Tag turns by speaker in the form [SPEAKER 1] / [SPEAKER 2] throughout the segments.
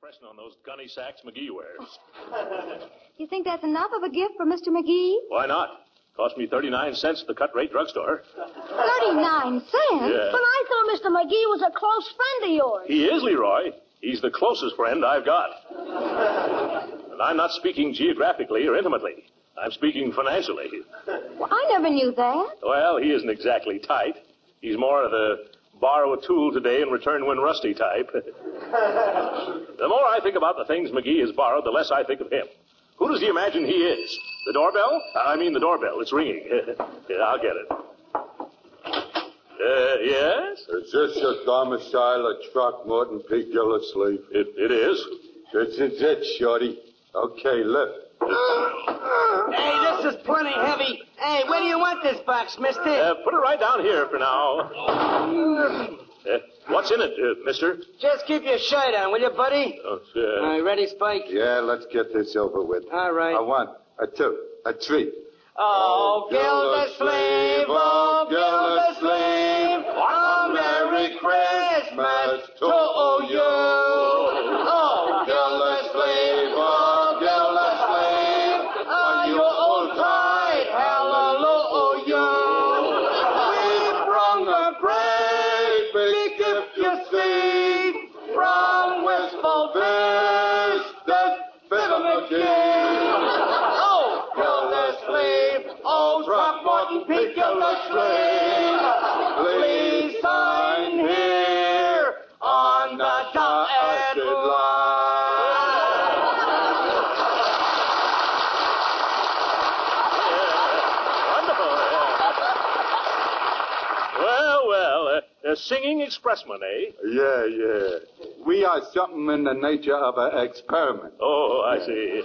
[SPEAKER 1] pressing on those gunny sacks McGee wears.
[SPEAKER 2] You think that's enough of a gift for Mr. McGee?
[SPEAKER 1] Why not? Cost me 39 cents at the cut rate drugstore.
[SPEAKER 2] 39 cents?
[SPEAKER 1] Yeah.
[SPEAKER 3] But I thought Mr. McGee was a close friend of yours.
[SPEAKER 1] He is, Leroy. He's the closest friend I've got. and I'm not speaking geographically or intimately. I'm speaking financially.
[SPEAKER 2] Well, I never knew that.
[SPEAKER 1] Well, he isn't exactly tight. He's more of the borrow a tool today and return when rusty type. the more I think about the things McGee has borrowed, the less I think of him. Who does he imagine he is? The doorbell? Uh, I mean the doorbell. It's ringing. Yeah, I'll get it. Uh, yes?
[SPEAKER 4] Is this a domicile of Throckmorton P. Gillisleeve?
[SPEAKER 1] It, it is.
[SPEAKER 4] This is it, Shorty. Okay, lift.
[SPEAKER 5] Hey, this is plenty heavy. Hey, where do you want this box, mister?
[SPEAKER 1] Uh, put it right down here for now.
[SPEAKER 5] Um,
[SPEAKER 1] Uh, what's in it, uh, mister?
[SPEAKER 5] Just keep your shirt on, will you, buddy?
[SPEAKER 1] Uh,
[SPEAKER 5] All right, ready, Spike?
[SPEAKER 4] Yeah, let's get this over with.
[SPEAKER 5] All right.
[SPEAKER 4] A one, a two, a three.
[SPEAKER 5] Oh, Gildersleeve, oh, Gildersleeve, a Merry Christmas to you. Oh, Gildersleeve, oh, Gildersleeve, are you old tight? Hallelujah. We brung a great big gift, you see, from Wistful Vista, Fiddle Oh, Gildersleeve, oh, Throckmorton Pete Gildersleeve, please sign here on the dotted line.
[SPEAKER 1] Wonderful. yeah. Well, well, uh, a singing expressman, eh?
[SPEAKER 4] Yeah, yeah. We are something in the nature of an experiment.
[SPEAKER 1] Oh, I see.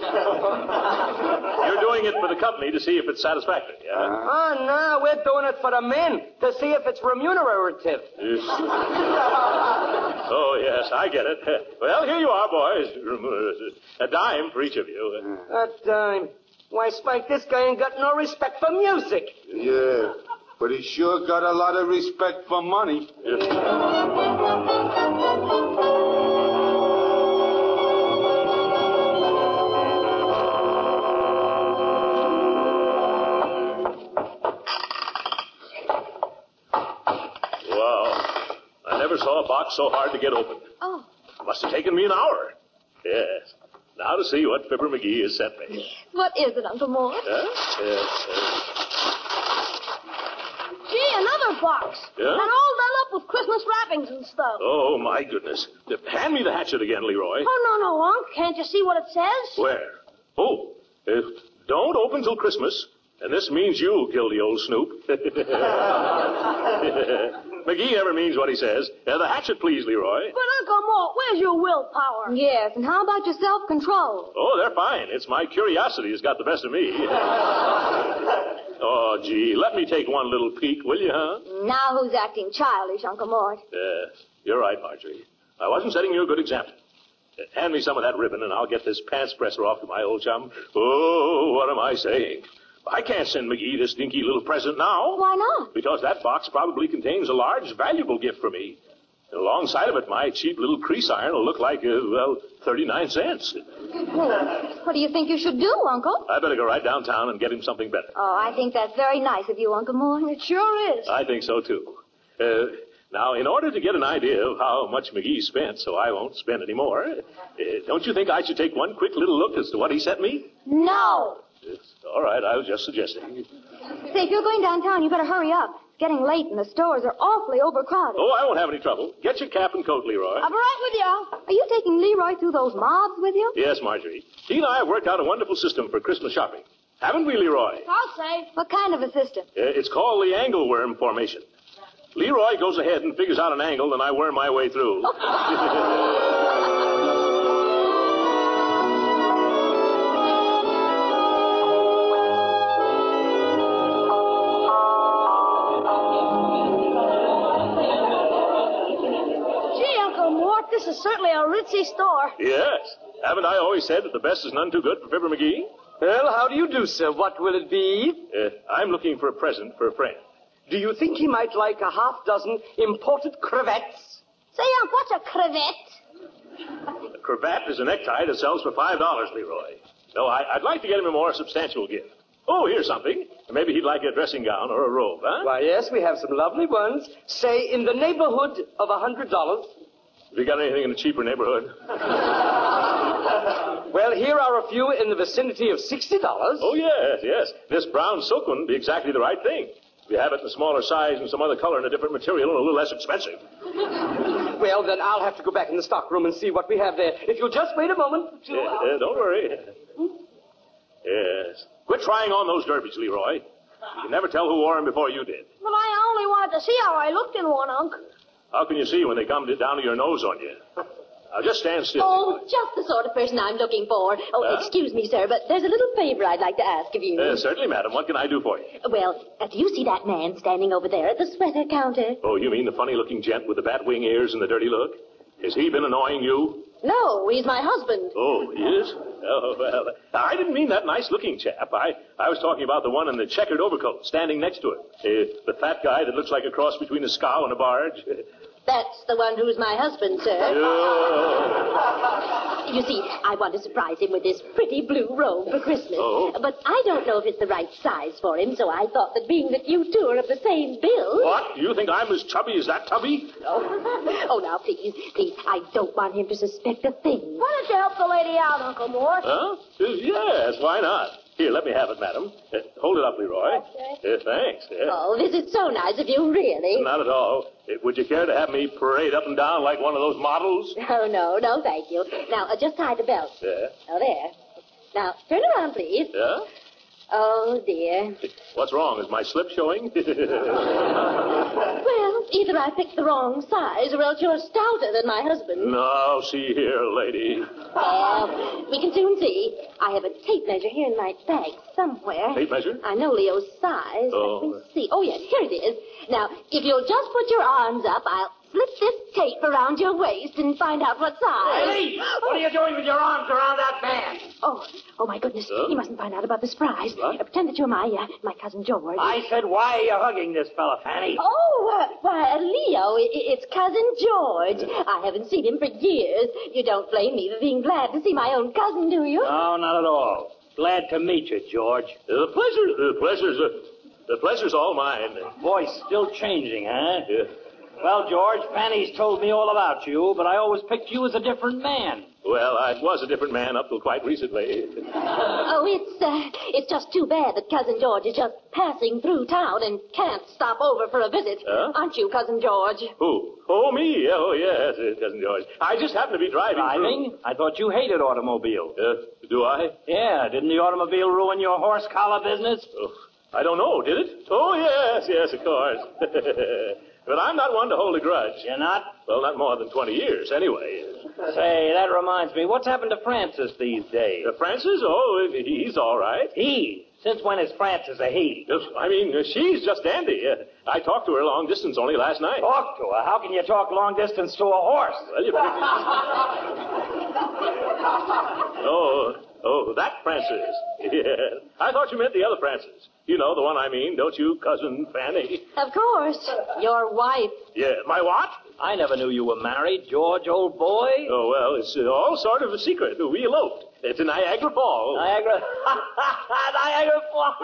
[SPEAKER 1] You're doing it for the company to see if it's satisfactory. Yeah?
[SPEAKER 5] Oh, no, we're doing it for the men to see if it's remunerative.
[SPEAKER 1] oh, yes, I get it. Well, here you are, boys. A dime for each of you.
[SPEAKER 5] A dime. um, Why, Spike, this guy ain't got no respect for music.
[SPEAKER 4] Yeah. But he sure got a lot of respect for money.
[SPEAKER 1] Wow. I never saw a box so hard to get open.
[SPEAKER 2] Oh,
[SPEAKER 1] Must have taken me an hour. Yes. Now to see what Fibber McGee has sent me.
[SPEAKER 2] what is it, Uncle Mort?
[SPEAKER 1] Huh? Yes,
[SPEAKER 3] Gee, another box.
[SPEAKER 1] Yeah?
[SPEAKER 3] And all done up with Christmas wrappings and stuff.
[SPEAKER 1] uh, Oh, my goodness. Hand me the hatchet again, Leroy.
[SPEAKER 3] Oh, no, no, Unc. Can't you see what it says?
[SPEAKER 1] Where? Oh, uh, don't open till Christmas. And this means you, guilty old snoop. McGee never means what he says. Uh, the hatchet, please, Leroy.
[SPEAKER 3] But Uncle Mort, where's your willpower?
[SPEAKER 2] Yes, and how about your self-control?
[SPEAKER 1] Oh, they're fine. It's my curiosity has got the best of me. oh, gee, let me take one little peek, will you, huh?
[SPEAKER 2] Now who's acting childish, Uncle Mort?
[SPEAKER 1] Uh, you're right, Marjorie. I wasn't setting you a good example. Uh, hand me some of that ribbon, and I'll get this pants presser off to my old chum. Oh, what am I saying? I can't send McGee this dinky little present now.
[SPEAKER 2] Why not?
[SPEAKER 1] Because that box probably contains a large, valuable gift for me. And alongside of it, my cheap little crease iron will look like, uh, well, 39 cents.
[SPEAKER 2] Well, what do you think you should do, Uncle?
[SPEAKER 1] I better go right downtown and get him something better.
[SPEAKER 2] Oh, I think that's very nice of you, Uncle Mort.
[SPEAKER 3] It sure is.
[SPEAKER 1] I think so, too. Uh, now, in order to get an idea of how much McGee spent, so I won't spend any more, uh, don't you think I should take one quick little look as to what he sent me?
[SPEAKER 2] No!
[SPEAKER 1] It's all right, I was just suggesting.
[SPEAKER 2] Say, if you're going downtown, you better hurry up. It's getting late and the stores are awfully overcrowded.
[SPEAKER 1] Oh, I won't have any trouble. Get your cap and coat, Leroy.
[SPEAKER 3] I'll be right with you.
[SPEAKER 2] Are you taking Leroy through those mobs with you?
[SPEAKER 1] Yes, Marjorie. He and I have worked out a wonderful system for Christmas shopping. Haven't we, Leroy? Uh,
[SPEAKER 3] I'll say.
[SPEAKER 2] What kind of a system?
[SPEAKER 1] It's called the angle worm formation. Leroy goes ahead and figures out an angle, and I worm my way through.
[SPEAKER 3] Gee, Uncle Mort, this is certainly a ritzy store.
[SPEAKER 1] Yes. Haven't I always said that the best is none too good for Fibber McGee?
[SPEAKER 5] Well, how do you do, sir? What will it be?
[SPEAKER 1] Uh, I'm looking for a present for a friend.
[SPEAKER 5] Do you think he might like a half dozen imported crevettes?
[SPEAKER 3] Say, Unc, what's a crevette?
[SPEAKER 1] cravat is a necktie that sells for five dollars, Leroy. So I, I'd like to get him a more substantial gift. Oh, here's something. Maybe he'd like a dressing gown or a robe, huh?
[SPEAKER 5] Why, yes, we have some lovely ones. Say, in the neighborhood of a hundred dollars.
[SPEAKER 1] Have you got anything in a cheaper neighborhood?
[SPEAKER 5] Well, here are a few in the vicinity of sixty dollars.
[SPEAKER 1] Oh, yes, yes. This brown silk one would be exactly the right thing. If you have it in a smaller size and some other color and a different material and a little less expensive.
[SPEAKER 5] Well, then I'll have to go back in the stockroom and see what we have there. If you'll just wait a moment. To,
[SPEAKER 1] Yeah, yeah, don't worry. Yes. Quit trying on those derbies, Leroy. You can never tell who wore them before you did.
[SPEAKER 3] But I only wanted to see how I looked in one, Unc.
[SPEAKER 1] How can you see when they come to, down to your nose on you? Now just stand still.
[SPEAKER 6] Oh, just the sort of person I'm looking for. Oh,
[SPEAKER 1] Huh?
[SPEAKER 6] excuse me, sir, but there's a little favor I'd like to ask of you.
[SPEAKER 1] Uh, certainly, madam. What can I do for you?
[SPEAKER 6] Well, uh, do you see that man standing over there at the sweater counter?
[SPEAKER 1] Oh, you mean the funny-looking gent with the bat wing ears and the dirty look? Has he been annoying you?
[SPEAKER 6] No, he's my husband.
[SPEAKER 1] Oh, he is? Oh, well. I didn't mean that nice-looking chap. I, I was talking about the one in the checkered overcoat standing next to him. Uh, the fat guy that looks like a cross between a scow and a barge.
[SPEAKER 6] That's the one who's my husband, sir.
[SPEAKER 1] oh.
[SPEAKER 6] You see, I want to surprise him with this pretty blue robe for Christmas.
[SPEAKER 1] Oh.
[SPEAKER 6] But I don't know if it's the right size for him, so I thought that being that you two are of the same build.
[SPEAKER 1] What? You think I'm as chubby as that tubby?
[SPEAKER 6] Oh, oh now, please, please, I don't want him to suspect a thing.
[SPEAKER 3] Why don't you help the lady out, Uncle Mort?
[SPEAKER 1] Huh? Says, Yes, why not? Here, let me have it, madam. Uh, hold it up, Leroy.
[SPEAKER 3] Okay.
[SPEAKER 1] Uh, thanks. Yeah.
[SPEAKER 6] Oh, this is so nice of you, really.
[SPEAKER 1] Not at all. Uh, would you care to have me parade up and down like one of those models?
[SPEAKER 6] Oh, no, no, thank you. Now, uh, just tie the belt.
[SPEAKER 1] Yeah.
[SPEAKER 6] Oh, there. Now, turn around, please.
[SPEAKER 1] Yeah?
[SPEAKER 6] Oh, dear.
[SPEAKER 1] What's wrong? Is my slip showing?
[SPEAKER 6] Well, either I picked the wrong size, or else you're stouter than my husband.
[SPEAKER 1] no, see here, lady.
[SPEAKER 6] Well, we can soon see. I have a tape measure here in my bag somewhere.
[SPEAKER 1] Tape measure?
[SPEAKER 6] I know Leo's size.
[SPEAKER 1] Oh.
[SPEAKER 6] Let me see. Oh, yes, here it is. Now, if you'll just put your arms up, I'll slip this tape around your waist and find out what size.
[SPEAKER 5] Hey, what are you doing with your arms around that man?
[SPEAKER 6] Oh, oh my goodness.
[SPEAKER 1] Huh?
[SPEAKER 6] You mustn't find out about the surprise.
[SPEAKER 1] What?
[SPEAKER 6] Uh, pretend that you're my, uh, my cousin George.
[SPEAKER 5] I said, why are you hugging this fella, Fanny?
[SPEAKER 6] Oh, uh, why, Leo, i- i- it's Cousin George. I haven't seen him for years. You don't blame me for being glad to see my own cousin, do you?
[SPEAKER 5] No, not at all. Glad to meet you, George.
[SPEAKER 1] The pleasure, the pleasure's, uh, the pleasure's all mine. Uh,
[SPEAKER 5] Voice still changing, huh?
[SPEAKER 1] Yeah.
[SPEAKER 5] Well, George, Fanny's told me all about you, but I always picked you as a different man.
[SPEAKER 1] Well, I was a different man up till quite recently.
[SPEAKER 6] Oh, it's, uh, it's just too bad that Cousin George is just passing through town and can't stop over for a visit.
[SPEAKER 1] Huh?
[SPEAKER 6] Aren't you, Cousin George?
[SPEAKER 1] Who? Oh, me. Oh, yes, uh, Cousin George. I just happen to be driving. through.
[SPEAKER 5] Driving? I thought you hated automobiles.
[SPEAKER 1] Uh, do I?
[SPEAKER 5] Yeah, didn't the automobile ruin your horse collar business?
[SPEAKER 1] Oh, I don't know, did it? Oh, yes, yes, of course. but I'm not one to hold a grudge.
[SPEAKER 5] You're not?
[SPEAKER 1] Well, not more than 20 years, anyway.
[SPEAKER 5] Say, that reminds me, what's happened to Francis these days?
[SPEAKER 1] Uh, Francis, oh, he- he's all right.
[SPEAKER 5] He? Since when is Francis a he?
[SPEAKER 1] Yes, I mean, uh, she's just dandy. Uh, I talked to her long distance only last night.
[SPEAKER 5] Talk to her. How can you talk long distance to a horse?
[SPEAKER 1] Well, you better... oh, oh, that Francis. Yeah. I thought you meant the other Francis. You know the one I mean, don't you, Cousin Fanny?
[SPEAKER 6] Of course. Your wife.
[SPEAKER 1] Yeah, my what?
[SPEAKER 5] I never knew you were married, George, old boy.
[SPEAKER 1] Oh, well, it's uh, all sort of a secret. We eloped. It's in Niagara Falls.
[SPEAKER 5] Niagara. Niagara Falls.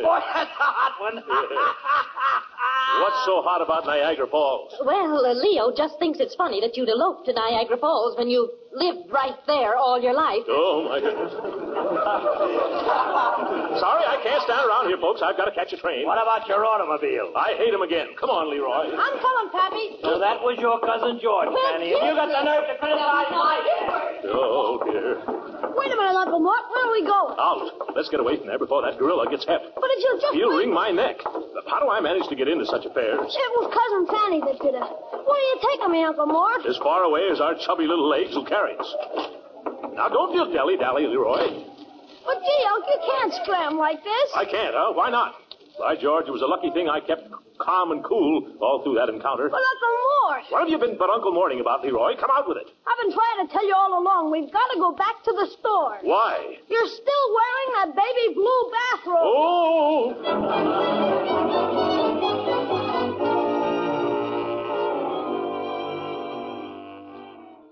[SPEAKER 5] Boy, that's a hot one. Ah.
[SPEAKER 1] What's so hot about Niagara Falls?
[SPEAKER 6] Well, uh, Leo just thinks it's funny that you'd elope to Niagara Falls when you've lived right there all your life.
[SPEAKER 1] Oh, my goodness. Sorry, I can't stand around here, folks. I've got to catch a train.
[SPEAKER 5] What about your automobile?
[SPEAKER 1] I hate him again. Come on, Leroy.
[SPEAKER 3] I'm coming, Pappy.
[SPEAKER 5] So that was your cousin George, Fanny. And you got the nerve to criticize my...
[SPEAKER 1] Oh, dear.
[SPEAKER 3] Wait a minute, Uncle Mort. Where are we going?
[SPEAKER 1] Out. Let's get away from there before that gorilla gets hep.
[SPEAKER 3] But did you just...
[SPEAKER 1] He'll wring my neck. How do I manage to get into such affairs?
[SPEAKER 3] It was Cousin Fanny that did it. What are you taking me, Uncle Mort?
[SPEAKER 1] As far away as our chubby little legs will carry us. Now, don't you dally-dally, Leroy.
[SPEAKER 3] But gee, Unc, you can't scram like this.
[SPEAKER 1] I can't, huh? Why not? By George, it was a lucky thing I kept calm and cool all through that encounter.
[SPEAKER 3] But Uncle Mort,
[SPEAKER 1] What have you been but Uncle Morning about, Leroy? Come out with it.
[SPEAKER 3] I've been trying to tell you all along. We've got to go back to the store.
[SPEAKER 1] Why?
[SPEAKER 3] You're still wearing that baby blue bathrobe.
[SPEAKER 1] Oh!